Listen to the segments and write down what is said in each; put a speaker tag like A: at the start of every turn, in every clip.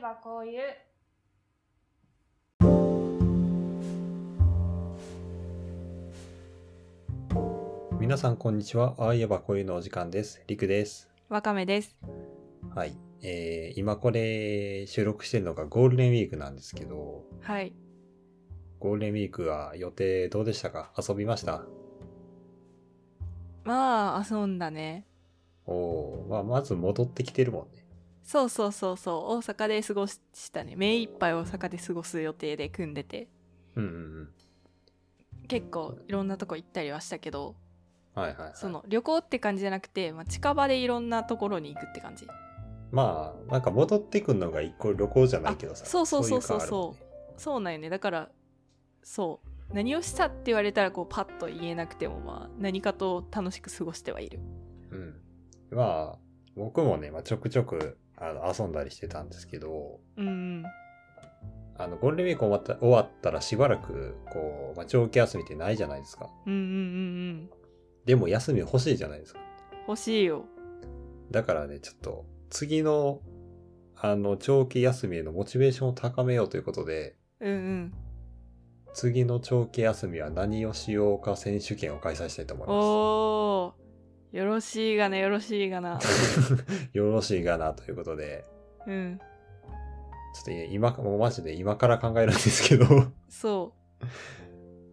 A: ばこういう
B: 皆さんこんにちは。ああいえばこういうのお時間です。りくです。
C: わかめです。
B: はい。えー、今これ収録してるのがゴールデンウィークなんですけど、
C: はい。
B: ゴールデンウィークは予定どうでしたか遊びました
C: まあ、遊んだね。
B: おー、まあ、まず戻ってきてるもんね。
C: そうそうそうそう。大阪で過ごしたね。目いっぱい大阪で過ごす予定で組んでて。
B: うんうんうん。
C: 結構いろんなとこ行ったりはしたけど、
B: はいはい、はい。
C: その旅行って感じじゃなくて、まあ、近場でいろんなところに行くって感じ。
B: まあ、なんか戻ってくんのが一個旅行じゃないけどさ。
C: あそうそうそうそうそう
B: い感あるもんね
C: そうなんよね。だから、そう。何をしたって言われたらこうパッと言えなくてもまあ何かと楽しく過ごしてはいる。
B: うん。まあ、僕もね、まあ、ちょくちょくあの遊んだりしてたんですけど、
C: うん。
B: あの、ゴールデンウィーク終わった終わったらしばらく、こう、まあ、長期休みってないじゃないですか。
C: うんうんうんうん。
B: でも休み欲しいじゃないですか。
C: 欲しいよ。
B: だからね、ちょっと、次の、あの、長期休みへのモチベーションを高めようということで、
C: うんうん。
B: 次の長期休みは何をしようか選手権を開催したいと思いま
C: おーよろしいがなよろしいが な
B: す。よろしいかなということで、
C: うん
B: ちょっとね今、もうマジで今から考えるんですけど、
C: そ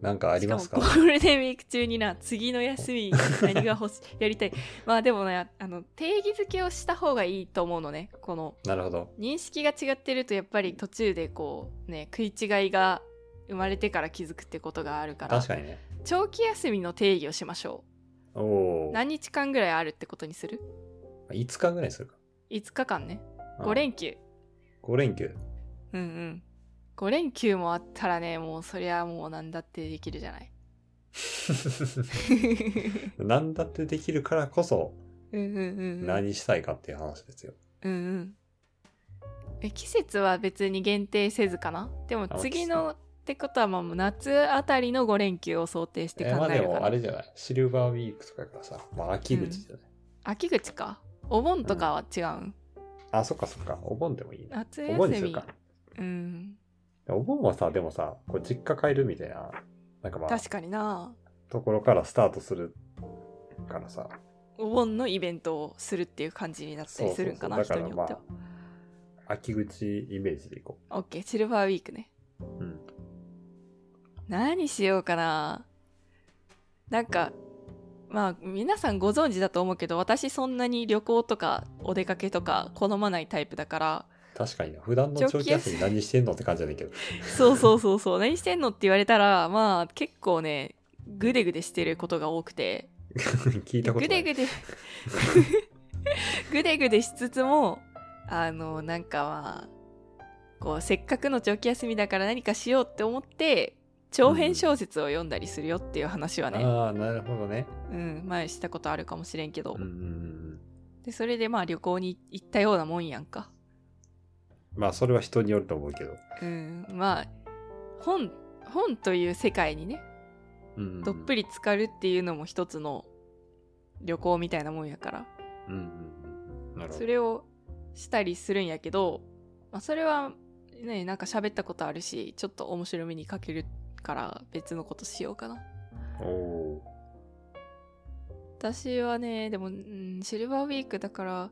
B: なんかあ
C: う
B: りますか
C: しかもゴールデンウィーク中にな次の休みに何が欲しいやり たいまあでもねあの定義づけをした方がいいと思うのねこの
B: なるほど。
C: 認識が違ってるとやっぱり途中でこうね食い違いが生まれてから気づくってことがあるから
B: 確かにね。
C: 長期休みの定義をしましょ
B: お
C: う
B: お。
C: 何日間ぐらいあるってことにする
B: 5日ぐらいするか。
C: 5日間ね
B: うん
C: 5連休
B: 5連休。
C: うんうん5連休もあったらねもうそりゃもう何だってできるじゃない
B: なんだってできるからこそ、
C: うんうんうんうん
B: 何したいかっていう話ですよ。
C: うんうんえ季節は別に限定せずかなでも
B: あ
C: 次のってことはまあもう夏あたりの5連休を想定して
B: えま
C: 考
B: あ
C: え
B: で
C: るか
B: もあ
C: な
B: れじゃないシルバーウィークとかやからさ、まあ秋口じゃない、
C: 秋口かお盆とかは違うん
B: あ、そっかそっか。お盆でもいいな。
C: 夏
B: お盆に
C: 休
B: する
C: み
B: か。
C: うん
B: お盆はさ、でもさ、こう実家帰るみたいな、なんかまあ、
C: 確かにな
B: ところからスタートするからさ。
C: お盆のイベントをするっていう感じになったりするんかな
B: だ
C: 人
B: から
C: に
B: ま
C: よって
B: あ
C: は、
B: 秋口イメージでいこ
C: OK シルバーウィークね
B: う。うん。
C: 何しようかななんかまあ皆さんご存知だと思うけど私そんなに旅行とかお出かけとか好まないタイプだ から
B: 確かにな。普段の長期休み何してんのって感じ だけど。
C: そうそうそうそう何してんのって言われたらまあ結構ねグデグデしてることが多くて
B: 聞いたこと
C: グ
B: な
C: デグ
B: い。
C: デグデ グデしつつもあのなんかまあこうせっかくの長期休みだから何かしようって思って長編小説を読んだりするよっていう話はね、
B: ああ、なるほどね。
C: うん、前したことあるかもしれんけど、
B: うんうんうん。
C: でそれでまあ旅行に行ったようなもんやんか、
B: まあ、それは人によると思うけど。
C: うん、まあ本本という世界にね
B: うんうんうん
C: どっぷり浸かるっていうのも一つの旅行みたいなもんやから
B: うんうんうんうん。なるほ
C: そ
B: ど。
C: れをしたりするんやけど、まあ、それはねなんか喋ったことあるしちょっと面白みに欠けるから別のことしようかな
B: おお
C: 私はねでも、うん、シルバーウィークだから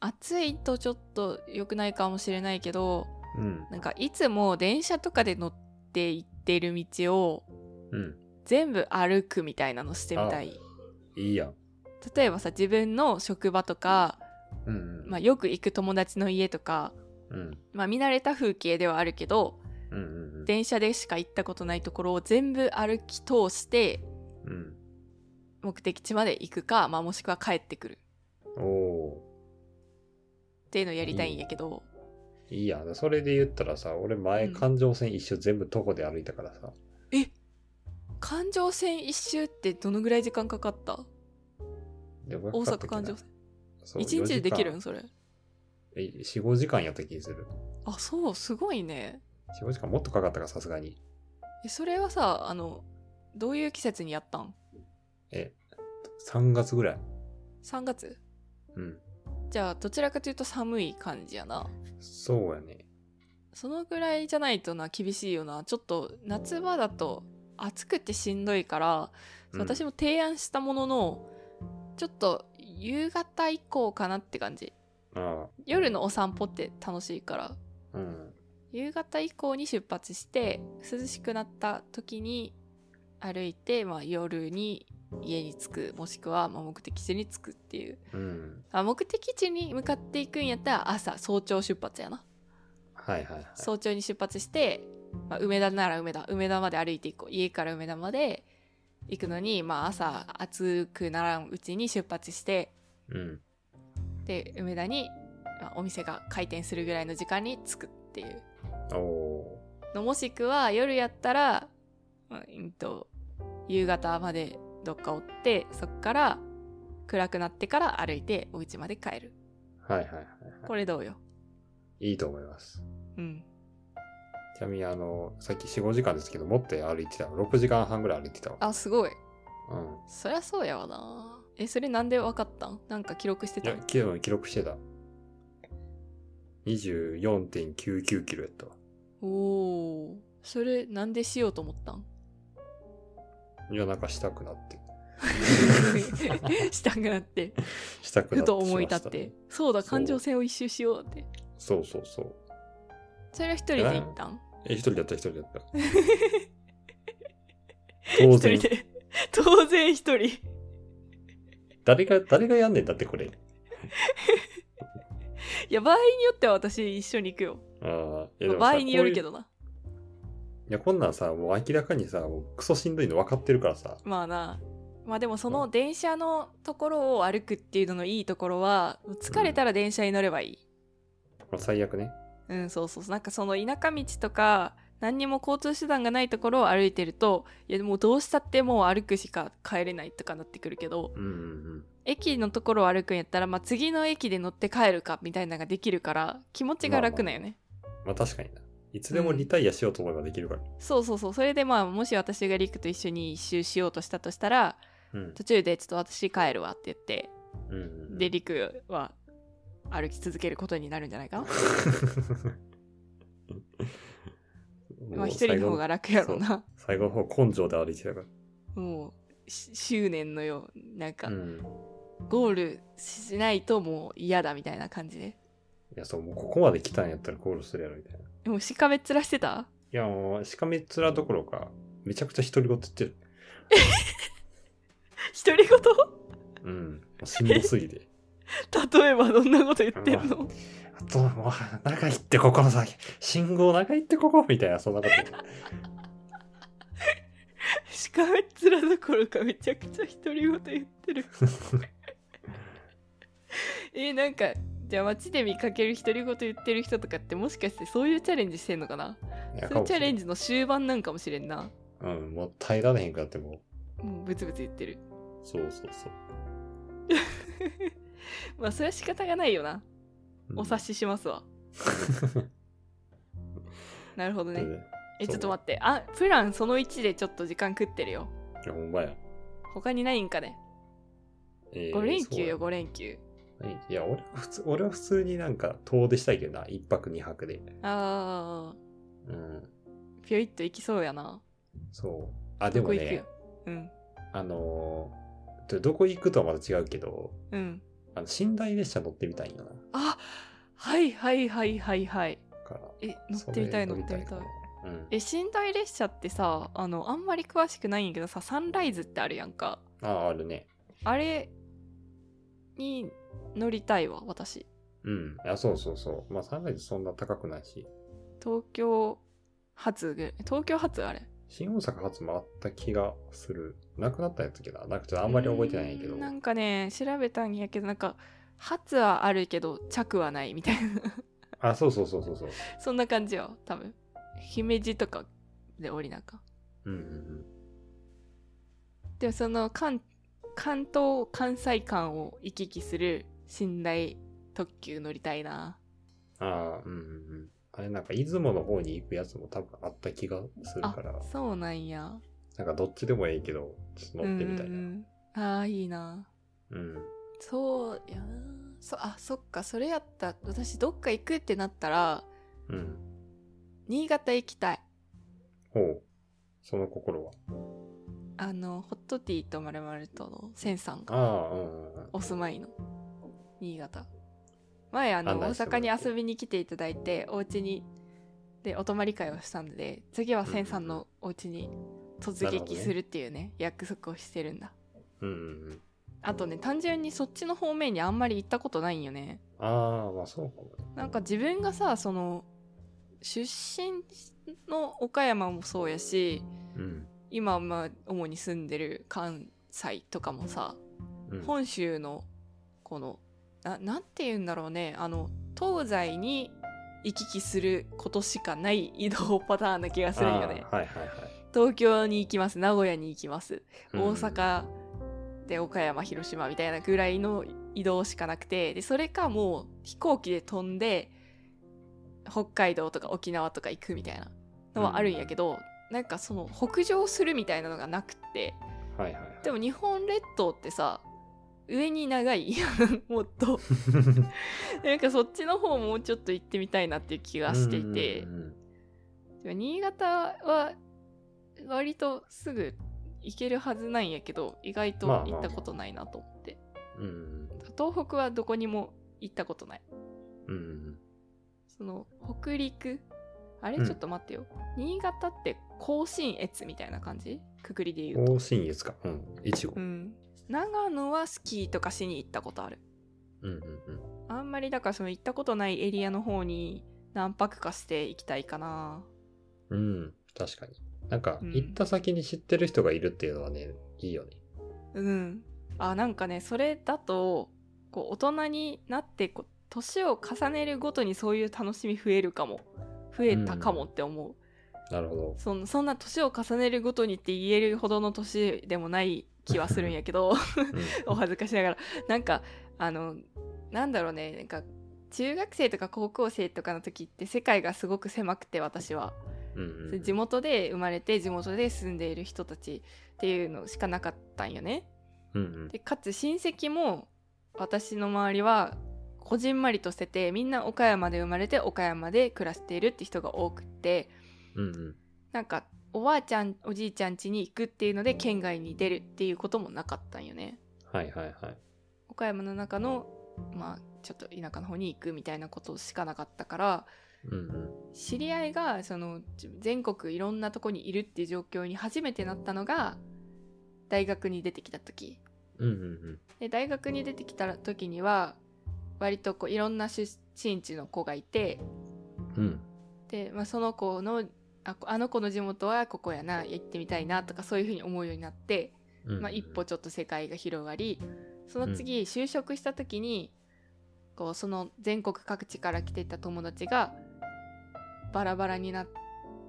C: 暑いとちょっと良くないかもしれないけど
B: ー。うん。
C: なんかいつも電車とかで乗って行ってる道を
B: うん。
C: 全部歩くみたいなのしてみたい
B: いいやん。
C: 例えばさ自分の職場とか、
B: うんうん。
C: まあ、よく行く友達の家とか、
B: うん。
C: まあ、見慣れた風景ではあるけど
B: うんうんうん。
C: 電車でしか行ったことないところを全部歩き通して
B: うん。
C: 目的地まで行くか、まあ、もしくは帰ってくる
B: おお
C: っていうのをやりたいんやけど、
B: ー。いいやん。それで言ったらさ、俺前
C: うん
B: 環状線一周全部徒歩で歩いたからさ。
C: 環状線一周ってどのぐらい時間かかった
B: でも
C: 大阪環状線
B: 線
C: 一日でできるんそれ
B: 四五時間やった気する。
C: あそうすごいね
B: 四五時間もっとかかったか、さすがに。
C: えそれはさあのどういう季節にやったん
B: え、3月ぐらい。
C: 3月
B: うん。
C: じゃあどちらかというと寒い感じやな
B: そうやね。
C: そのぐらいじゃないとな厳しいよなちょっと夏場だと暑くてしんどいから、
B: うん
C: 私も提案したもののちょっと夕方以降かなって感じ
B: あ
C: 夜のお散歩って楽しいから
B: あ、うん。
C: 夕方以降に出発して涼しくなった時に歩いて、まあ、夜に家に着くもしくはまあ目的地に着くっていう
B: うん。
C: あ目的地に向かっていくんやったら朝早朝出発やな
B: はいはいはい。
C: 早朝に出発して、まあ、梅田なら梅田梅田まで歩いていこう家から梅田まで行くのに、まあ、朝暑くならんうちに出発して
B: うん。
C: で梅田に、まあお店が開店するぐらいの時間に着くっていう
B: おお
C: のもしくは夜やったら、まあうんと夕方までどっかおってそっから暗くなってから歩いてお家まで帰る
B: ー。はいはいはい
C: これどうよ
B: い。いいと思います。
C: うん
B: ちなみにあの、さっき4、5時間ですけど、もっと歩いてたわ。6時間半ぐらい歩いてたわ。
C: あすごい
B: うん。
C: そりゃそうやわなえそれなんでわかったんなんか記録して
B: い
C: た
B: や
C: の、
B: 記録記録してた。24.99キロやったわ。
C: おおそれなんでしようと思った ん
B: いや、なんかしたくなって。
C: したくなって
B: したくな
C: ふ
B: ってしました。
C: と思い立ってそうだ
B: そう
C: 環状線を一周しようって
B: そうそうそう。
C: それは一人で行ったん
B: え、一人だった、一 人だった。
C: 一人
B: 当然。
C: で 当然一人
B: 誰が、誰がやんねんだって、これ。
C: いや場合によっては私一緒に行くよ、
B: ああ、いや
C: まあ場合によるけ。
B: でも
C: どな
B: さこういういや、こんなんさ、もう明らかにさ、もうクソしんどいの分かってるからさ。
C: まあなまあでもその電車のところを歩くっていうののいいところは疲れたら電車に乗ればいい
B: まあ、最悪ね。
C: うん、そうそうそうなんかその田舎道とか何にも交通手段がないところを歩いてるといやもうどうしたってもう歩くしか帰れないとかなってくるけど
B: うんうん
C: 駅のところを歩くんやったら、まあ、次の駅で乗って帰るかみたいなのができるから気持ちが楽なんよね、
B: うん。まあ、確かにな。いつでもリタイアしようと思えばできるから。
C: そうそうそうそれでまあもし私がリクと一緒に一周しようとしたとしたら
B: うん。
C: 途中でちょっと私帰るわって言って
B: うんうん、
C: でリクは歩き続けることになるんじゃないかな
B: もう
C: まあ一人の方が楽やろうな
B: 最後の方根性で歩いてたか
C: もうし執念のようなんか、
B: ら。うん。
C: ゴールしないともう嫌だみたいな感じで。
B: いや、そう、もうここまで来たんやったらゴールするやろ、みたいな。い
C: でもしかめっ面して た
B: や、もう、しかめっ面どころか、めちゃくちゃ独り言言ってる。
C: 独り言
B: うん。しんどすぎて。
C: 例えばどんなこと言ってんの
B: あと、もう、中行ってここの先、信号中行ってここみたいな、そんな こと。
C: しかめっ面どころかめちゃくちゃ独り言言ってる。 えー、なんか、じゃあ街で見かける独り言言ってる人とかってもしかしてそういうチャレンジしてんのかない
B: や
C: そういうチャレン
B: ジ。
C: ジの終盤なんかもしれんな。
B: うん、もう耐えられへんくなって、も
C: もうブツブツ言ってる。
B: う、そうそうそう。
C: まあそれは仕方がないよな。
B: うん
C: お 察。ししますわ。なるほど
B: ね、
C: ね。え、
B: そう
C: ちょっと待って。あ、プランその1でちょっと時間食ってるよ。
B: いや、ほんまや。
C: 他にないんかね
B: え
C: 5連休よ
B: こ
C: 5連休
B: れ。いや、俺は普通、俺は普通になんか遠出したいけどな、一泊二泊で。
C: あ
B: うん、
C: ーピョイッと行きそうやな
B: そう。あ、で
C: ど
B: も
C: こ行く
B: ね
C: よ、うん
B: あのーどどこ行くとはまた違うけど、
C: うん
B: あの、寝台列車乗ってみたいんよな。
C: あはいはいはいはいはい
B: だから、
C: え乗ってみたい
B: そ
C: 乗
B: れ
C: ってみたい
B: かなうん。
C: え寝台列車ってさあのあんまり詳しくないんやけどさサンライズってあるやんか
B: あ、あるね。
C: あれに乗りたいわ私
B: うん。あ、そうそうそう。まあ、サンライズそんな高くないし、
C: 東京発ぐらい東京発あれ
B: 新大阪発もあった気がする。なくなったやつけど、なんかちょっとあんまり覚えてないんやけど
C: うーん。なんかね調べたんやけどなんか発はあるけど着はないみたいな
B: あ、そうそうそうそうそう。
C: そんな感じよ、多分。姫路とかで降りなんか。
B: うんうん
C: でもその関関東、関西間を行き来する寝台特急乗りたいな。
B: うん。ああ、うんうんうん。あれなんか出雲の方に行くやつも多分あった気がする
C: あ
B: から、、
C: そうなんや。
B: なんかどっちでもええけど、ちょっと乗ってみたいな。
C: うんうんうんああ、いいな。
B: うん。
C: そうやな。そあそっかそれやったら私どっか行くってなったら
B: うん。
C: 新潟行きたい
B: ほう。その心は。
C: あのホットティーとまるまるとの千さんが
B: ああ、うんうんうん。
C: お住まいの新潟前あの
B: 案
C: 大
B: 内してもら
C: 阪
B: って
C: に遊びに来ていただいてお家にでお泊まり会をしたので次は千さんのお家に突
B: なるほど
C: 撃
B: ね
C: するっていうね約束をしてるんだ
B: うんうんうん。
C: あとね単純にそっちの方面にあんまり行ったことないんよね
B: ああ、まあそうかもね。
C: なんか自分がさその出身の岡山もそうやし
B: うん。
C: 今まあ主に住んでる関西とかもさ
B: うん、
C: 本州のこのななんて言うんだろうねあの東西に行き来することしかない移動パターンな気がするんよね
B: ああはいはいはい。
C: 東京に行きます名古屋に行きます
B: うん
C: 大。阪で岡山広島みたいなぐらいの移動しかなくてでそれかもう飛行機で飛んで北海道とか沖縄とか行くみたいなのはあるんやけど、なんかその北上するみたいなのがなくって
B: はいはいはい。
C: でも日本列島ってさ上に長い もっとなんかそっちの方もうちょっと行ってみたいなっていう気がしていて。
B: うんうんうん
C: でも新潟は割とすぐ行けるはずなんやけど意外と
B: まあまあ
C: 行ったことないなと思って、
B: うんうん
C: 東北はどこにも行ったことない
B: うんうん
C: その北陸あれ、
B: うん
C: ちょっと待ってよ新潟って甲信越みたいな感じくくりで言
B: うん。
C: うと
B: 大新月か。うん。いちご。
C: う
B: うん
C: ん長野はスキーとかしに行ったことある
B: うんうん。
C: あんまりだからその行ったことないエリアの方に何泊かして行きたいかな
B: うん、確かに。なんか、
C: うん
B: 行った先に知ってる人がいるっていうのはね、いいよね。
C: うん。あ、なんかね、それだと、こう、大人になって、こう、年を重ねるごとにそういう楽しみ増えるかも。増えたかもって思う。
B: なるほど。
C: そんそんな年を重ねるごとにって言えるほどの年でもない気はするんやけど、
B: う
C: お恥ずかしながら。なんか、あの、なんだろうね、なんか、中学生とか高校生とかの時って世界がすごく狭くて私は。
B: んうんうん
C: 地元で生まれて地元で住んでいる人たちっていうのしかなかったんよね。
B: うんうん
C: でかつ親戚も私の周りはこじんまりとしててみんな岡山で生まれて岡山で暮らしているって人が多くって
B: うんうん
C: なんかおばあちゃんおじいちゃん家に行くっていうので県外に出るっていうこともなかったんよね
B: はいはいはい。
C: 岡山の中のまあちょっと田舎の方に行くみたいなことしかなかったから
B: うんうん
C: 知り合いがそのじ全国いろんなとこにいるっていう状況に初めてなったのが大学に出てきた時
B: うんうん
C: で大学に出てきた時には割とこういろんな出身地の子がいて
B: うんうん
C: で、まあ、その子のあこあの子の地元はここやな行ってみたいなとかそういうふうに思うようになって、
B: うん
C: まあ、一歩ちょっと世界が広がりその次就職した時にこうその全国各地から来てた友達がバラバラになっ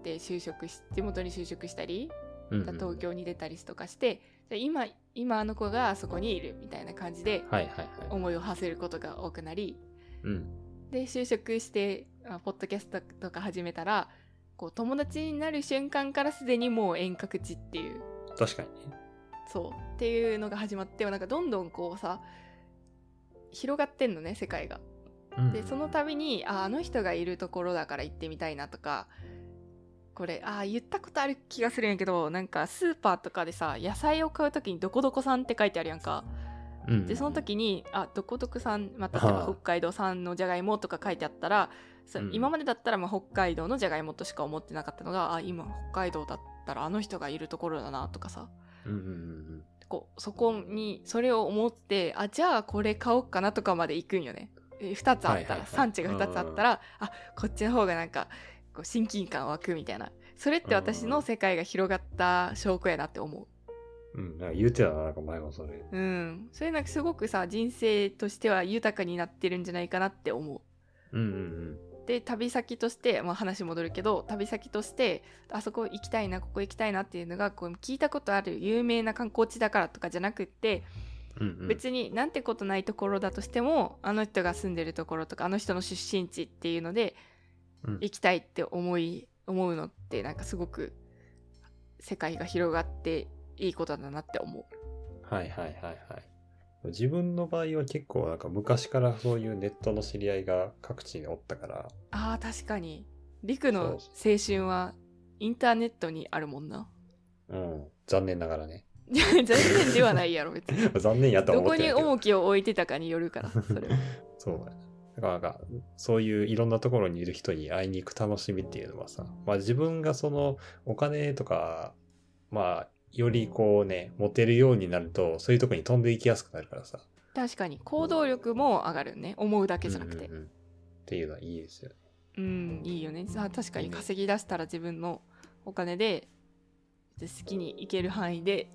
C: て就職し地元に就職したり
B: うんうん
C: 東。京に出たりとかしてで今今あの子があそこにいるみたいな感じで
B: はいはいはい。
C: 思いを馳せることが多くなり
B: うん
C: で就職してあポッドキャストとか始めたらこう友達になる瞬間からすでにもう遠隔地っていう
B: 確かにね。
C: そうっていうのが始まってなんかどんどんこうさ広がってんのね世界が。
B: うんうん
C: でその度にああの人がいるところだから行ってみたいなとかこれあ言ったことある気がするんやけどなんかスーパーとかでさ野菜を買う時に「どこどこさん」って書いてあるやんか。
B: うんうん
C: でその時に「あどこどこ産また例えば
B: ああ
C: 北海道産のじゃがいも」とか書いてあったら、そう
B: うん
C: 今までだったらまあ北海道のじゃがいもとしか思ってなかったのがあ今北海道だったらあの人がいるところだなとかさ
B: うんうんうん
C: こうそこにそれを思ってあじゃあこれ買おうかなとかまで行くんよね。え2つあ
B: は
C: っ
B: い
C: た
B: はい
C: ら、
B: はい
C: 産地が2つあったらあこっちの方がなんかこう親近感湧くみたいなそれって私の世界が広がった証拠やなって思う。
B: うん。うん、なんか言うてたな、なんか前もそれ。
C: うん、それなんかすごくさ人生としては豊かになってるんじゃないかなって思う。
B: うんうん
C: で旅先として、まあ、話戻るけど旅先としてあそこ行きたいなここ行きたいなっていうのがこう聞いたことある有名な観光地だからとかじゃなくって、
B: うん。うんうん、
C: 別になんてことないところだとしてもあの人が住んでるところとかあの人の出身地っていうので
B: うん
C: 行きたいって思い思うのってなんかすごく世界が広がっていいことだなって思う。
B: はいはいはいはい。自分の場合は結構なんか昔からそういうネットの知り合いが各地におったから、
C: あー確かに陸の青春はインターネットにあるもんな
B: うん、残念ながらね。
C: いや残念ではないやろ別に
B: 残 念やとは
C: ど
B: 思っ
C: こ
B: てない
C: に
B: けど
C: 重。きを置いてたかによるからそれは
B: そうだね。だからなんか、そういういろんなところにいる人に会いに行く楽しみっていうのはさ、まあ自分がそのお金とか、まあ、よりこうね、持てるようになると、そういうとこに飛んでいきやすくなるからさ。
C: 確かに行動力も上がるね思うだけじゃなくて
B: うんうんうんっていうのはいいですよね。
C: うんいいよねさあ確かに稼ぎ出したら自分のお金で好きに行ける範囲で、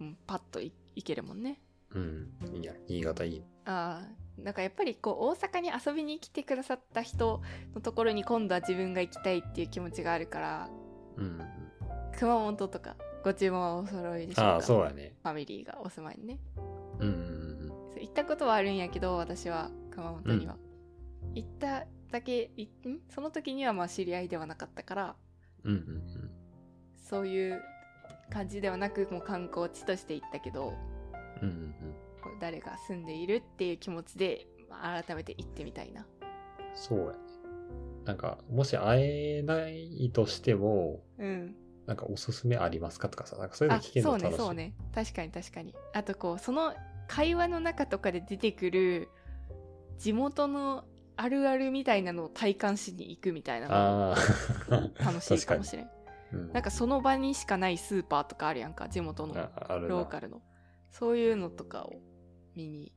C: うん、パッとい行けるもんね
B: うん。いや、新潟いい。
C: あーなんかやっぱりこう大阪に遊びに来てくださった人のところに今度は自分が行きたいっていう気持ちがあるから
B: うんうんうん。
C: 熊本とかご注文はお揃いでしょうか
B: ああ、そうだね。
C: ファミリーがお住まいにね
B: うんうん
C: そう行ったことはあるんやけど私は熊本には、行っただけいんその時にはまあ知り合いではなかったから
B: うん。うんうん
C: そういう感じではなくもう観光地として行ったけど
B: うん。うんうんうん。
C: こう誰が住んでいるっていう気持ちで、まあ、改めて行ってみたいな
B: そうやね。なんか、もし会えないとしても、
C: うん
B: なんかおすすめありますかとかさ、なんかそういう
C: あ
B: の聞ける
C: そう
B: の
C: ね
B: 楽しい。
C: そうね確かに確かにあとこうその会話の中とかで出てくる地元のあるあるみたいなのを体感しに行くみたいなの
B: ああ。
C: 楽しいかもしれん
B: うん
C: なんかその場にしかないスーパーとかあるやんか地元の
B: ああるな
C: ローカルのそういうのとかを見に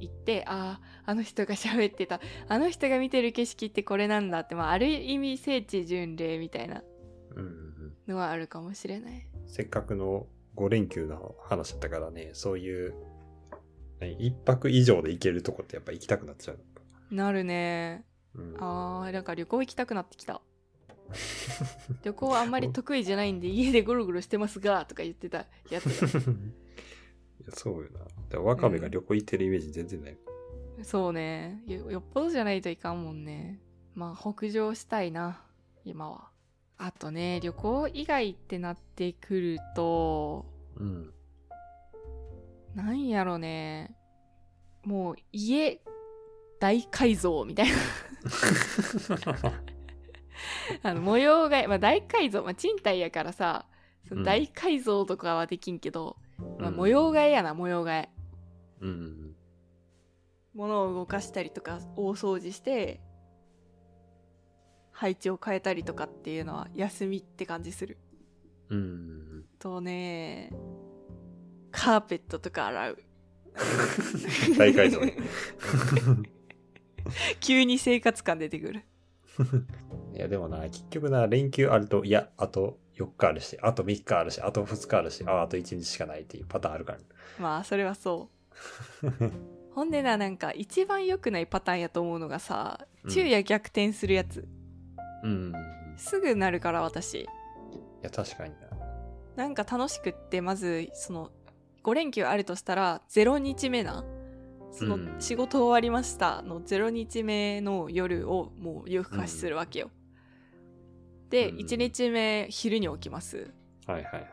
C: 行ってあああの人が喋ってたあの人が見てる景色ってこれなんだって、まあ、ある意味聖地巡礼みたいな
B: うんうんうん
C: のはあるかもしれない
B: せっかくの5連休の話だったからね、そういう、何一泊以上で行けるとこってやっぱ行きたくなっちゃう。
C: なるね
B: うん、
C: あーなんか旅行行きたくなってきた旅行はあんまり得意じゃないんで家でゴロゴロしてますがとか言ってたやつが
B: いやそうよな。だからワカメが旅行行ってるイメージ全然ない。
C: そうねよよっぽどじゃないといかんもんねまあ北上したいな今はあとね旅行以外ってなってくると
B: うん。
C: なんやろねもう家大改造みたいな あの模様替え、まあ、大改造、まあ、賃貸やからさその大改造とかはできんけど、 まあ、模様替えやな模様替え
B: うんうん
C: 物を動かしたりとか大掃除して配置を変えたりとかっていうのは休みって感じする
B: うん。うんうん
C: とねカーペットとか洗う
B: 大改造ね
C: 急に生活感出てくる
B: うん。いや、でもな、結局な、連休あると、いや、あと4日あるし、あと3日あるし、あと2日あるし、ああと1日しかないっていうパターンあるからね、
C: まあそれはそうほんでななんか一番良くないパターンやと思うのがさ
B: うん
C: 昼夜逆転するやつ、
B: うんうんうん。
C: すぐなるから私
B: いや、確かにな。
C: なんか楽しくってまずその5連休あるとしたら0日目なその
B: うん
C: 仕事終わりましたの0日目の夜をもう夜更かしするわけよ、で
B: うん
C: 1日目昼に起きます
B: はいはいはい。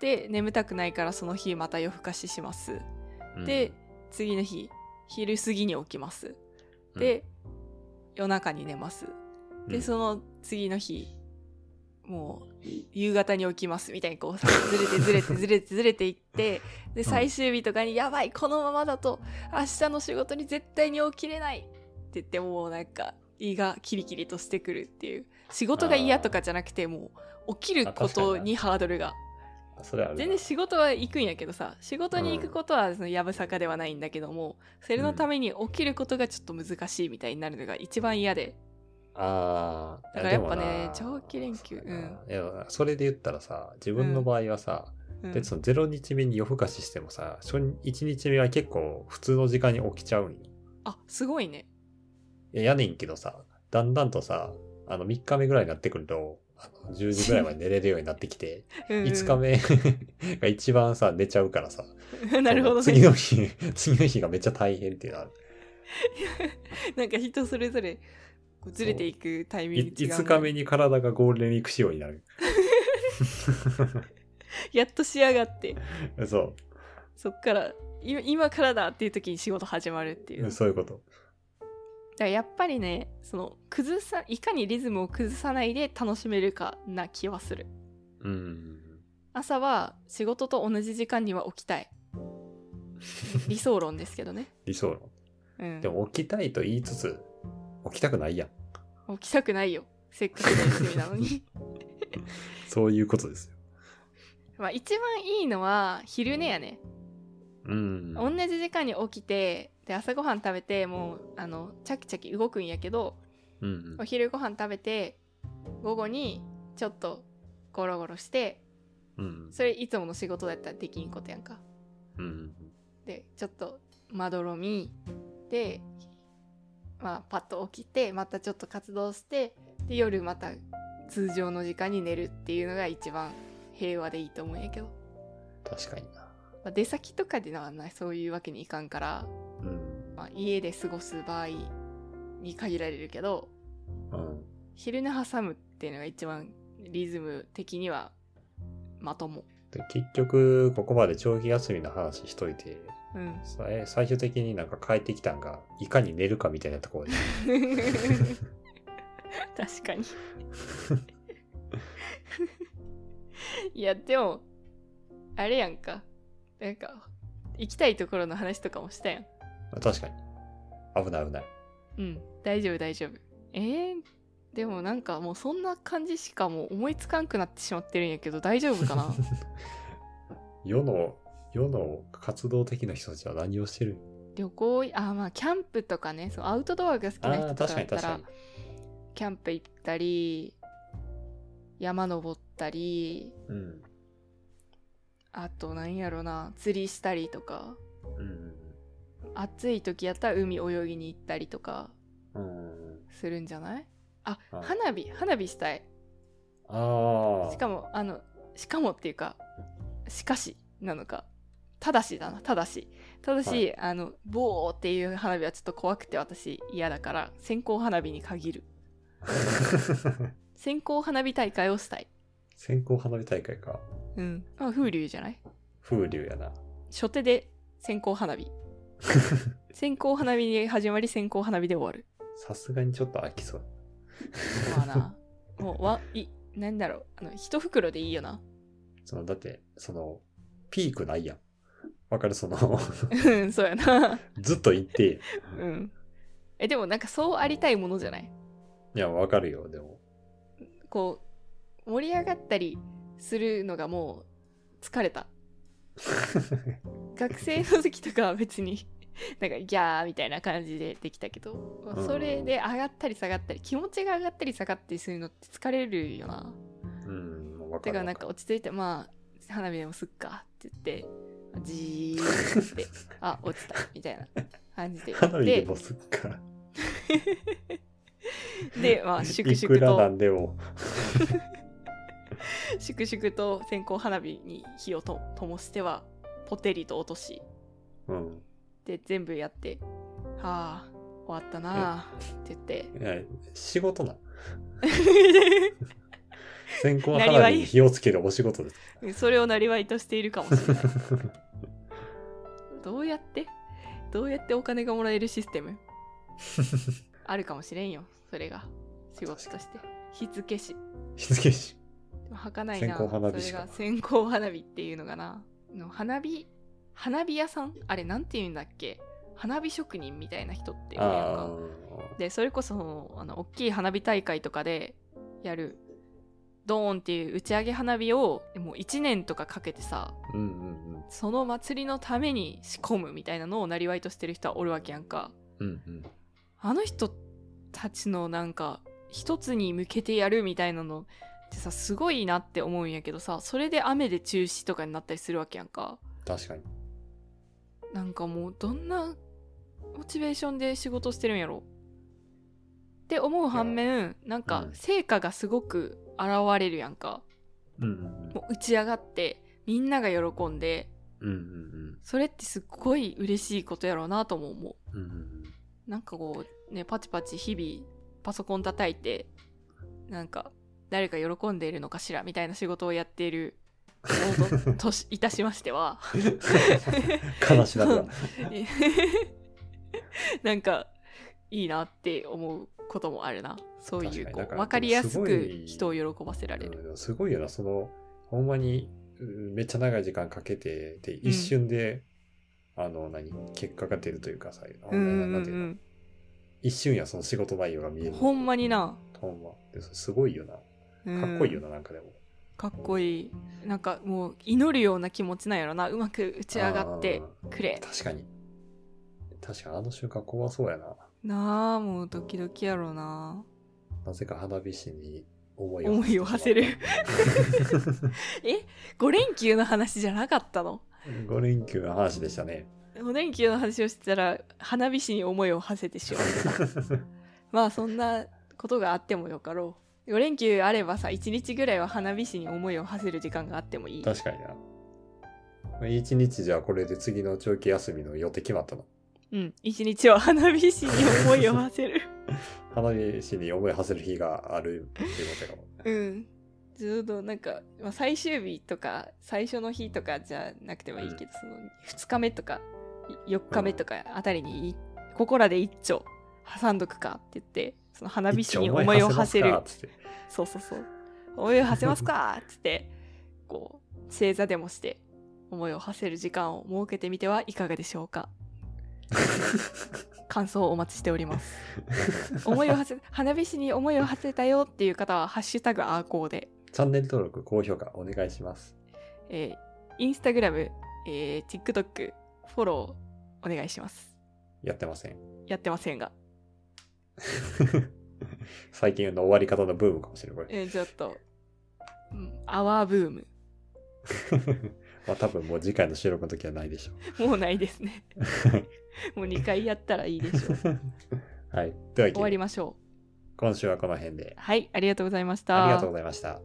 C: で眠たくないからその日また夜更かしします
B: うん
C: で、次の日昼過ぎに起きますで、夜中に寝ますで、そ
B: の、
C: の次の日、もう、夕方に起きますみたいにこう、ずれてずれ てずれてずれていって、で、最終日とかに、やばい、このままだと、明日の仕事に絶対に起きれないって言って、もうなんか、胃がキリキリとしてくるっていう。仕事が嫌とかじゃなくて、もう、起きるこ
B: あ確か
C: と
B: にな
C: にハードルが。
B: それあるな
C: 全然仕事は行くんやけどさ、仕事に行くことは、その、やぶさかではないんだけども、それのために起きることがちょっと難しいみたいになるのが一番嫌で。
B: ああ。
C: だからやっぱ
B: いで
C: ね
B: もな、
C: 長期連休。
B: そう
C: う
B: だ
C: ん
B: な。いや、それで言ったらさ、自分の場合はさ、
C: うん
B: でその0日目に夜更かししてもさ、初1日目は結構普通の時間に起きちゃうんよ。
C: あすごいね
B: いや、やねんけどさ、だんだんとさ、あの、3日目ぐらいになってくると、あの10時ぐらいまで寝れるようになって きて、5日目 が一番さ、寝ちゃうからさ、
C: 目 なるほど
B: その次
C: ね
B: の日、次の日がめっちゃ大変っていうのはある。
C: なんか人それぞれこうずれていくタイミング違うね
B: 5日目に体がゴールデンウィーク仕様になる。
C: やっと仕上がって
B: そう。
C: そっから今今からだっていう時に仕事始まるっていうだか
B: そういうこと。
C: らやっぱりねその崩さいかにリズムを崩さないで楽しめるかな気はする
B: うん。
C: 朝は仕事と同じ時間には起き たい理想論ですけどね、
B: 理想論。
C: うん
B: で、も起きたいと言いつつ、起きたくないやん。
C: 起きたくないよせっかくの休みなの に
B: そういうことですよ。
C: まあ一番いいのは昼寝やね
B: うん。
C: 同じ時間に起きてで朝ごはん食べてもうあのチャキチャキ動くんやけど
B: うんうん
C: お昼ご飯食べて午後にちょっとゴロゴロして
B: うん
C: それいつもの仕事だったらできんことやんか
B: うん
C: でちょっとまどろみでまあパッと起きてまたちょっと活動してで夜また通常の時間に寝るっていうのが一番平和でいいと思うんやけど、
B: 確かにな。
C: まあ、出先とかではないそういうわけにいかんから、
B: うん。
C: まあ、家で過ごす場合に限られるけど
B: うん。
C: 昼寝挟むっていうのが一番リズム的にはまとも。
B: で結局、ここまで長期休みの話しといて、
C: うん、
B: さえ最終的になんか変えてきたんが、いかに寝るかみたいなところで。
C: 確かにいやでもあれやんかなんか行きたいところの話とかもしたやん
B: 確かに。危ない危ない。
C: うん大丈夫大丈夫えー、でもなんかもうそんな感じしかもう思いつかんくなってしまってるんやけど大丈夫か な
B: 世の、世の活動的な人たちは何をしてる
C: 旅行あまあキャンプとかねそうアウトドアが好き
B: あ
C: な人
B: あ、
C: とか
B: 確か
C: だっ
B: に
C: たら
B: 確かに。
C: キャンプ行ったり山登ったり
B: うん。
C: あとなんやろな釣りしたりとか
B: うん。
C: 暑い時やったら海泳ぎに行ったりとか
B: うん。
C: するんじゃないあ
B: あ
C: 花火花火したい
B: ああ。
C: しかもあのしかもっていうかしかしなのかただしだなただしただし、
B: は
C: あのボーっていう花火はちょっと怖くて私嫌だから線香花火に限る 線香花火大会をしたい
B: 線香花火大会か。
C: うんまあ風流じゃない
B: 風流やな。
C: 初手で線香花火線香花火に始まり線香花火で終わる
B: さすがにちょっと飽きそう。
C: まあなもうわいなんだろうあの一袋でいいよな
B: その、だって、その、ピークないやん。わかるその、
C: うんそうやな
B: ずっと行って、
C: うんえでもなんかそうありたいものじゃない
B: いや、わかるよ、でも。
C: こう盛り上がったりするのがもう疲れた学生の時とかは別になんかギャーみたいな感じでできたけど、まあ
B: うん
C: それで上がったり下がったり気持ちが上がったり下がったりするのって疲れるよな
B: うん、わか
C: だか
B: るわ
C: らなん
B: か
C: か
B: る。
C: 落ち着いてまあ花火でもすっかって言ってじーって あ落ちたみたいな感じでや
B: 花
C: っ
B: 火で
C: て
B: もすっから。
C: でまあ粛
B: いくらな
C: 々と
B: んでも。
C: 粛々と線香花火に火をと灯してはポテリと落とし
B: うん。
C: で全部やって「はあ終わったなあ」って言って
B: いや仕事な。
C: 笑
B: 線香
C: なりわ
B: 花火
C: い
B: に火をつけるお仕事です。
C: それをなりわいとしているかもしれないどうやってどうやってお金がもらえるシステムあるかもしれんよそれが仕事として火付け師
B: 火付け師。
C: でも儚いな
B: 線香花火
C: それ
B: しか
C: が線香花火っていうのがなの花火花火屋さんあれなんて言うんだっけ花火職人みたいな人っていうやん
B: あ
C: かでそれこそそのあの大きい花火大会とかでやるドーンっていう打ち上げ花火をもう1年とかかけてさ
B: あ。うんうんうん。
C: その祭りのために仕込むみたいなのをなりわいとしてる人はおるわけやんか
B: うんうん。
C: あの人たちのなんか一つに向けてやるみたいなのってさすごいなって思うんやけどさそれで雨で中止とかになったりするわけやんか
B: 確かに。
C: なんかもうどんなモチベーションで仕事してるんやろって思う反面なんか
B: うん
C: 成果がすごく現れるやんか、
B: うんうん
C: もう打ち上がってみんなが喜んで
B: うん。うんうん
C: それってすっごい嬉しいことやろうなとも思
B: うん。うんうん
C: うなんかこうねパチパチ日々パソコン叩 いてなんか誰か喜んでいるのかしらみたいな仕事をやっているものとしいたしましては
B: 悲しながら。
C: なんかいいなって思うこともあるなそういう
B: 確かに
C: こ
B: なんか
C: う分かりやす
B: すご
C: く
B: い
C: 人を喜ばせられる、
B: うんすごいよな、その、ほんまに、うんめっちゃ長い時間かけて、で、
C: うん
B: 一瞬で、あの、何、結果が出るというかさ、ほ
C: うんん
B: ま
C: う
B: なん
C: ん
B: ていううの
C: ん
B: 一瞬やその仕事内容が見える。
C: ほんまにな、
B: ほんま。でそれすごいよな。
C: うん
B: かっこいいよな、なんかでも。
C: かっこいいなんかもう祈るような気持ちなんやろなうまく打ち上がってくれ
B: 確かに。確かに、あの瞬間怖そうやな。
C: なあもうドキドキやろな
B: なぜか花火師に思い
C: 思いを馳せる え5連休の話じゃなかったの
B: 5連休の話でしたね。
C: 5連休の話をしてたら花火師に思いを馳せてしまう まあそんなことがあってもよかろう4連休あればさ1日ぐらいは花火師に思いを馳せる時間があってもいい
B: 確かにな。一日じゃあこれで次の長期休みの予定決まったの。
C: うん1日は花火師に思いを馳せる
B: 花火師に思い馳せる日があるっていうことか も。
C: うんずっとなんか、まあ、最終日とか最初の日とかじゃなくてもいいけど、その2日目とか4日目とかあたりにい、ここらで一丁挟んどくかって言ってその花火師に思いを馳せる
B: 一応思い馳せますかつって
C: そうそうそう思いを馳せますかっつってこう正座でもして思いを馳せる時間を設けてみてはいかがでしょう か感想をお待ちしております 思いを馳せ花火師に思いを馳せたよっていう方は「ハッシュタグアーコーで」
B: チャンネル登録、高評価お願いします。
C: えー、インスタグラム、えー、TikTok フォローお願いします
B: やってません。
C: やってませんが、
B: 最近の終わり方のブームかもしれない。これ
C: えーちょっと、うん、アワーブーム
B: まあ多分もう次回の収録の時はないでしょ
C: もうないですねもう2回やったらいいでしょう
B: う。はい。とい
C: 終
B: う
C: わ
B: わけ
C: り
B: で、
C: ましょう
B: 今週はこの辺で。
C: はい、ありがとうございました。
B: ありがとうございました。